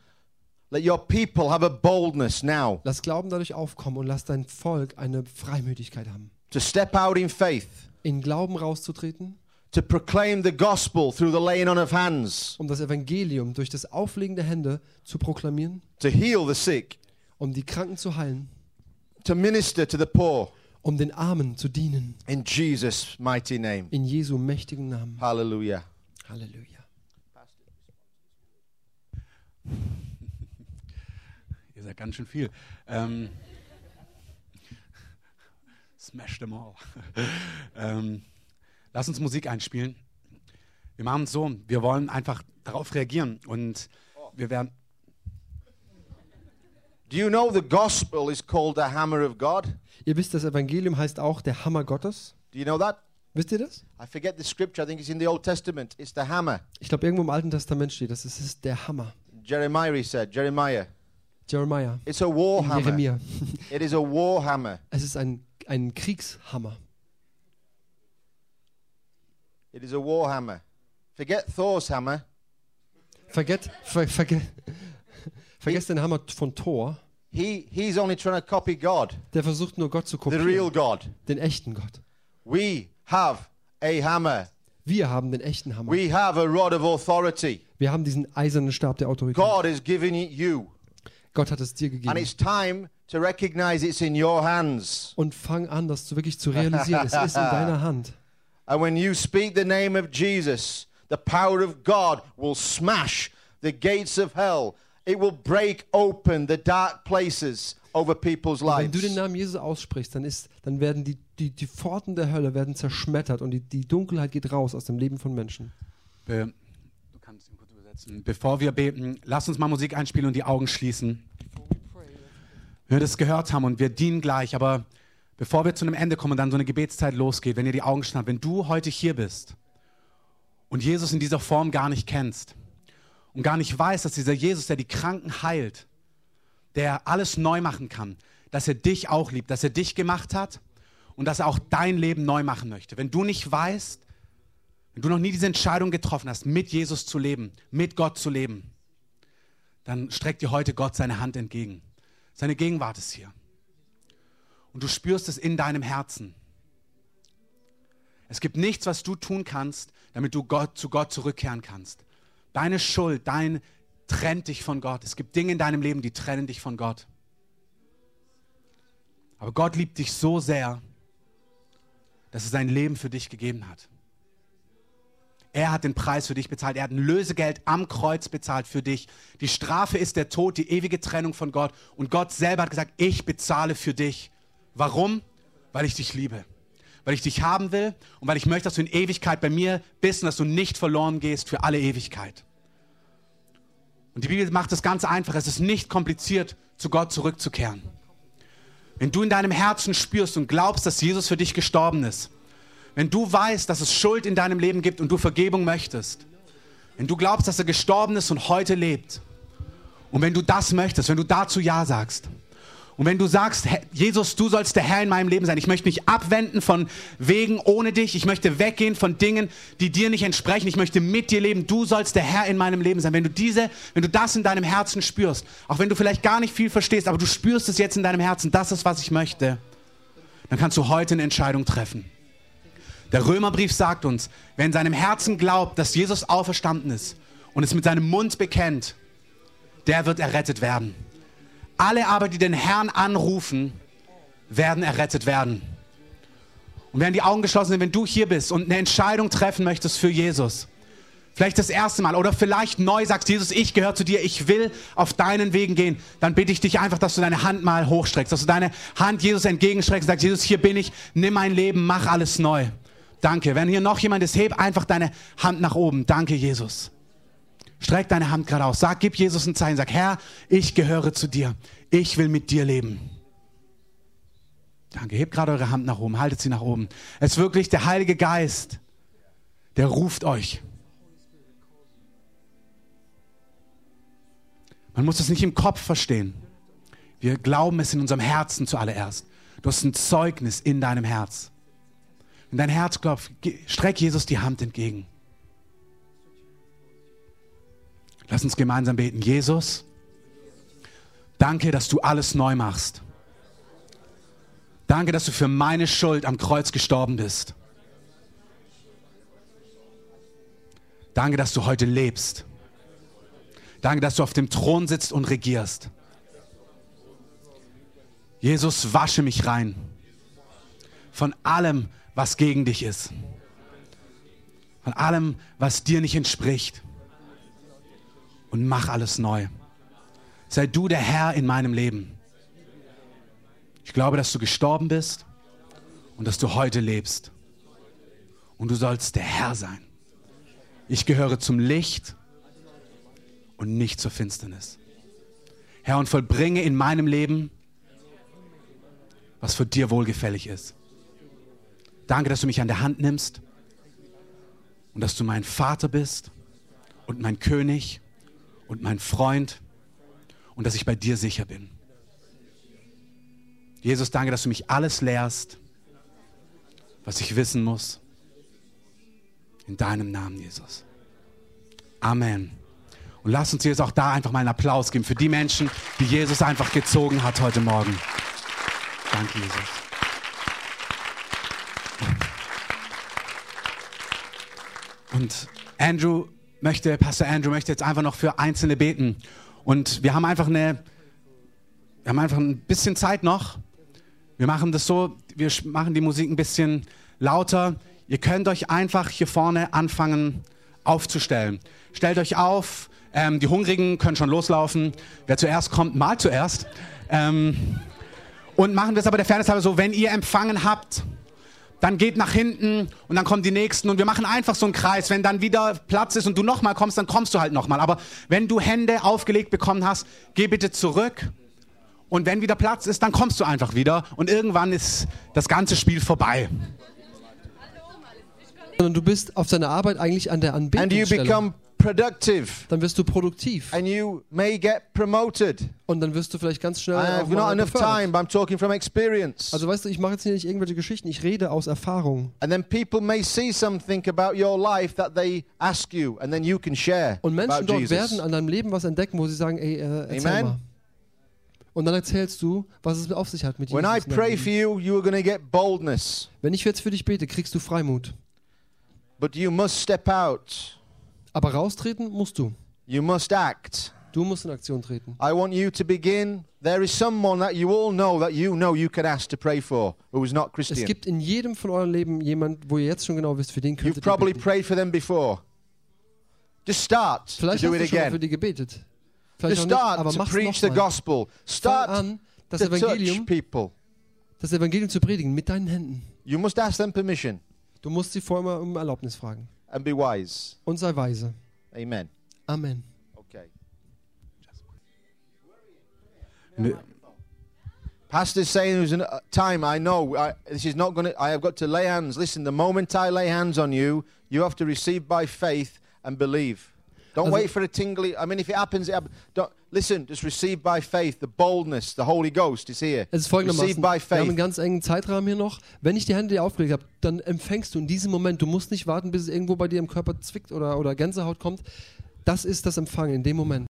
S1: Let your people have a boldness now
S2: lass Glauben dadurch aufkommen und lass dein Volk eine Freimütigkeit haben.
S1: to step out in faith,
S2: In Glauben rauszutreten,
S1: to proclaim the gospel through the laying on of hands,
S2: um das Evangelium durch das Auflegen der Hände zu proklamieren,
S1: to heal the sick,
S2: um die Kranken zu heilen,
S1: to minister to the poor.
S2: um den Armen zu dienen.
S1: In Jesus' mighty name.
S2: In Jesu mächtigen Namen.
S1: Hallelujah.
S2: Halleluja.
S3: Ihr seid ganz schön viel. Ähm, smash them all. ähm, lass uns Musik einspielen. Wir machen es so, wir wollen einfach darauf reagieren und wir werden.
S1: Do you know the gospel is called the hammer of God?
S2: Ihr wisst, das Evangelium heißt auch der Hammer Gottes.
S1: Do you know that?
S2: Wisst ihr das?
S1: I forget the scripture. I think it's in the Old Testament. It's the hammer.
S2: Ich glaube, irgendwo im Alten Testament steht das. Es ist der Hammer.
S1: Jeremiah he said, Jeremiah.
S2: Jeremiah.
S1: It's a war hammer.
S2: Jeremia.
S1: It is a war hammer.
S2: Es ist ein, ein Kriegshammer.
S1: It is a war hammer. Forget Thor's hammer.
S2: Vergesst, ver, verge, vergesst den Hammer von Thor.
S1: He, he's only trying to copy God,
S2: Der versucht nur Gott zu
S1: the real
S2: kopieren.
S1: God.
S2: Den echten Gott.
S1: We have a hammer.
S2: Wir haben den echten Hammer.
S1: We have a rod of authority.
S2: Wir haben diesen eisernen Stab der Autorität.
S1: God has given it you.
S2: Gott hat es dir
S1: And
S2: gegeben.
S1: it's time to recognize it's in your hands.
S2: Und fang an, das zu wirklich zu realisieren. Es ist in deiner Hand.
S1: And when you speak the name of Jesus, the power of God will smash the gates of hell. It will break open the dark places over people's
S2: Wenn du den
S1: lives.
S2: Namen Jesus aussprichst, dann, ist, dann werden die, die, die Pforten der Hölle werden zerschmettert und die, die Dunkelheit geht raus aus dem Leben von Menschen.
S3: Be du kannst ihn kurz übersetzen. Bevor wir beten, lass uns mal Musik einspielen und die Augen schließen. Wenn wir das gehört haben und wir dienen gleich, aber bevor wir zu einem Ende kommen und dann so eine Gebetszeit losgeht, wenn ihr die Augen schnappt, wenn du heute hier bist und Jesus in dieser Form gar nicht kennst und gar nicht weißt, dass dieser Jesus, der die Kranken heilt, der alles neu machen kann, dass er dich auch liebt, dass er dich gemacht hat und dass er auch dein Leben neu machen möchte. Wenn du nicht weißt, wenn du noch nie diese Entscheidung getroffen hast, mit Jesus zu leben, mit Gott zu leben, dann streckt dir heute Gott seine Hand entgegen. Seine Gegenwart ist hier. Und du spürst es in deinem Herzen. Es gibt nichts, was du tun kannst, damit du Gott, zu Gott zurückkehren kannst. Deine Schuld, dein trennt dich von Gott. Es gibt Dinge in deinem Leben, die trennen dich von Gott. Aber Gott liebt dich so sehr, dass er sein Leben für dich gegeben hat. Er hat den Preis für dich bezahlt. Er hat ein Lösegeld am Kreuz bezahlt für dich. Die Strafe ist der Tod, die ewige Trennung von Gott. Und Gott selber hat gesagt, ich bezahle für dich. Warum? Weil ich dich liebe. Weil ich dich haben will und weil ich möchte, dass du in Ewigkeit bei mir bist und dass du nicht verloren gehst für alle Ewigkeit. Und die Bibel macht das ganz einfach. Es ist nicht kompliziert, zu Gott zurückzukehren. Wenn du in deinem Herzen spürst und glaubst, dass Jesus für dich gestorben ist, wenn du weißt, dass es Schuld in deinem Leben gibt und du Vergebung möchtest, wenn du glaubst, dass er gestorben ist und heute lebt, und wenn du das möchtest, wenn du dazu Ja sagst, und wenn du sagst, "Herr, Jesus, du sollst der Herr in meinem Leben sein, ich möchte mich abwenden von Wegen ohne dich, ich möchte weggehen von Dingen, die dir nicht entsprechen, ich möchte mit dir leben, du sollst der Herr in meinem Leben sein. Wenn du diese, wenn du das in deinem Herzen spürst, auch wenn du vielleicht gar nicht viel verstehst, aber du spürst es jetzt in deinem Herzen, das ist, was ich möchte, dann kannst du heute eine Entscheidung treffen. Der Römerbrief sagt uns, wer in seinem Herzen glaubt, dass Jesus auferstanden ist und es mit seinem Mund bekennt, der wird errettet werden. Alle aber, die den Herrn anrufen, werden errettet werden. Und während die Augen geschlossen sind, wenn du hier bist und eine Entscheidung treffen möchtest für Jesus, vielleicht das erste Mal oder vielleicht neu sagst, Jesus, ich gehöre zu dir, ich will auf deinen Wegen gehen, dann bitte ich dich einfach, dass du deine Hand mal hochstreckst, dass du deine Hand Jesus entgegenstreckst und sagst, Jesus, hier bin ich, nimm mein Leben, mach alles neu. Danke. Wenn hier noch jemand ist, heb einfach deine Hand nach oben. Danke, Jesus. Streck deine Hand gerade aus. Sag, gib Jesus ein Zeichen. Sag, Herr, ich gehöre zu dir. Ich will mit dir leben. Danke. Hebt gerade eure Hand nach oben. Haltet sie nach oben. Es ist wirklich der Heilige Geist, der ruft euch. Man muss es nicht im Kopf verstehen. Wir glauben es in unserem Herzen zuallererst. Du hast ein Zeugnis in deinem Herz. Wenn dein Herz klopft, ge- streck Jesus die Hand entgegen. Lass uns gemeinsam beten. Jesus, danke, dass du alles neu machst. Danke, dass du für meine Schuld am Kreuz gestorben bist. Danke, dass du heute lebst. Danke, dass du auf dem Thron sitzt und regierst. Jesus, wasche mich rein von allem, was gegen dich ist. Von allem, was dir nicht entspricht. Und mach alles neu. Sei du der Herr in meinem Leben. Ich glaube, dass du gestorben bist und dass du heute lebst. Und du sollst der Herr sein. Ich gehöre zum Licht und nicht zur Finsternis. Herr, und vollbringe in meinem Leben, was für dir wohlgefällig ist. Danke, dass du mich an der Hand nimmst und dass du mein Vater bist und mein König und mein Freund und dass ich bei dir sicher bin. Jesus, danke, dass du mich alles lehrst, was ich wissen muss. In deinem Namen, Jesus. Amen. Und lass uns jetzt auch da einfach mal einen Applaus geben für die Menschen, die Jesus einfach gezogen hat heute Morgen. Danke, Jesus. Und Andrew möchte, Pastor Andrew möchte jetzt einfach noch für Einzelne beten. Und wir haben einfach eine, wir haben einfach ein bisschen Zeit noch. Wir machen das so, wir sch- machen die Musik ein bisschen lauter. Ihr könnt euch einfach hier vorne anfangen aufzustellen. Stellt euch auf, ähm, die Hungrigen können schon loslaufen. Wer zuerst kommt, mal zuerst. Ähm, und machen das aber der Fairness halber so, wenn ihr empfangen habt, dann geht nach hinten und dann kommen die nächsten und wir machen einfach so einen Kreis. Wenn dann wieder Platz ist und du nochmal kommst, dann kommst du halt nochmal. Aber wenn du Hände aufgelegt bekommen hast, geh bitte zurück und wenn wieder Platz ist, dann kommst du einfach wieder und irgendwann ist das ganze Spiel vorbei.
S2: Sondern du bist auf deiner Arbeit eigentlich an der
S1: and you
S2: Anbetungsstelle.
S1: become productive
S2: Dann wirst du produktiv
S1: and you may get promoted.
S2: und dann wirst du vielleicht ganz schnell
S1: I
S2: auch
S1: have
S2: mal
S1: not enough
S2: befördert.
S1: time, but I'm talking from experience.
S2: Also weißt du, ich mache jetzt hier nicht irgendwelche Geschichten, ich rede aus Erfahrung.
S1: And then people may see something about your life that they ask you, and then you can share
S2: Und Menschen
S1: about
S2: dort
S1: Jesus.
S2: werden an deinem Leben was entdecken, wo sie sagen, ey, äh, erzähl
S1: Amen.
S2: mal. Und dann erzählst du, was es auf sich hat mit Jesus.
S1: When I
S2: in deinem
S1: pray
S2: Leben.
S1: for you, you are going to get boldness,
S2: Wenn ich jetzt für dich bete, kriegst du Freimut.
S1: but you must step out.
S2: Aber raustreten musst du.
S1: You must act.
S2: Du musst in Aktion treten.
S1: I want you to begin. There is someone that you all know that you know you can ask to pray for who is not
S2: Es
S1: Christian.
S2: gibt in jedem von eurem Leben jemand, wo ihr jetzt schon genau wisst, für den könnt
S1: You've
S2: ihr
S1: probably
S2: beten.
S1: prayed for them before. Just start to
S2: Vielleicht
S1: do
S2: hast
S1: it
S2: du schon mal für
S1: again.
S2: die gebetet. Vielleicht
S1: Just
S2: auch nicht,
S1: start
S2: aber
S1: to
S2: mach's
S1: preach the
S2: nochmal.
S1: gospel.
S2: Fang
S1: Start
S2: an, das
S1: to touch
S2: Evangelium,
S1: people.
S2: das Evangelium zu predigen mit deinen Händen.
S1: You must ask them permission
S2: Du musst sie vorher mal um Erlaubnis fragen.
S1: and be wise.
S2: Und sei weise.
S1: Amen.
S2: Amen.
S1: Okay.
S3: Ne-
S1: Pastor's saying there's a time. I know I, this is not going to. I have got to lay hands. Listen, the moment I lay hands on you, you have to receive by faith and believe. Don't
S2: Also-
S1: wait for a tingly. I mean, if it happens, it happens. Don't listen. Just receive by faith. The boldness, the Holy Ghost is here.
S2: Es ist
S1: receive
S2: folgendermaßen,
S1: by
S2: wir haben einen
S1: faith.
S2: ganz engen Zeitrahmen hier noch. Wenn ich die Hände dir aufgelegt habe, dann empfängst du in diesem Moment. Du musst nicht warten, bis es irgendwo bei dir im Körper zwickt oder, oder Gänsehaut kommt. Das ist das Empfangen in dem Moment.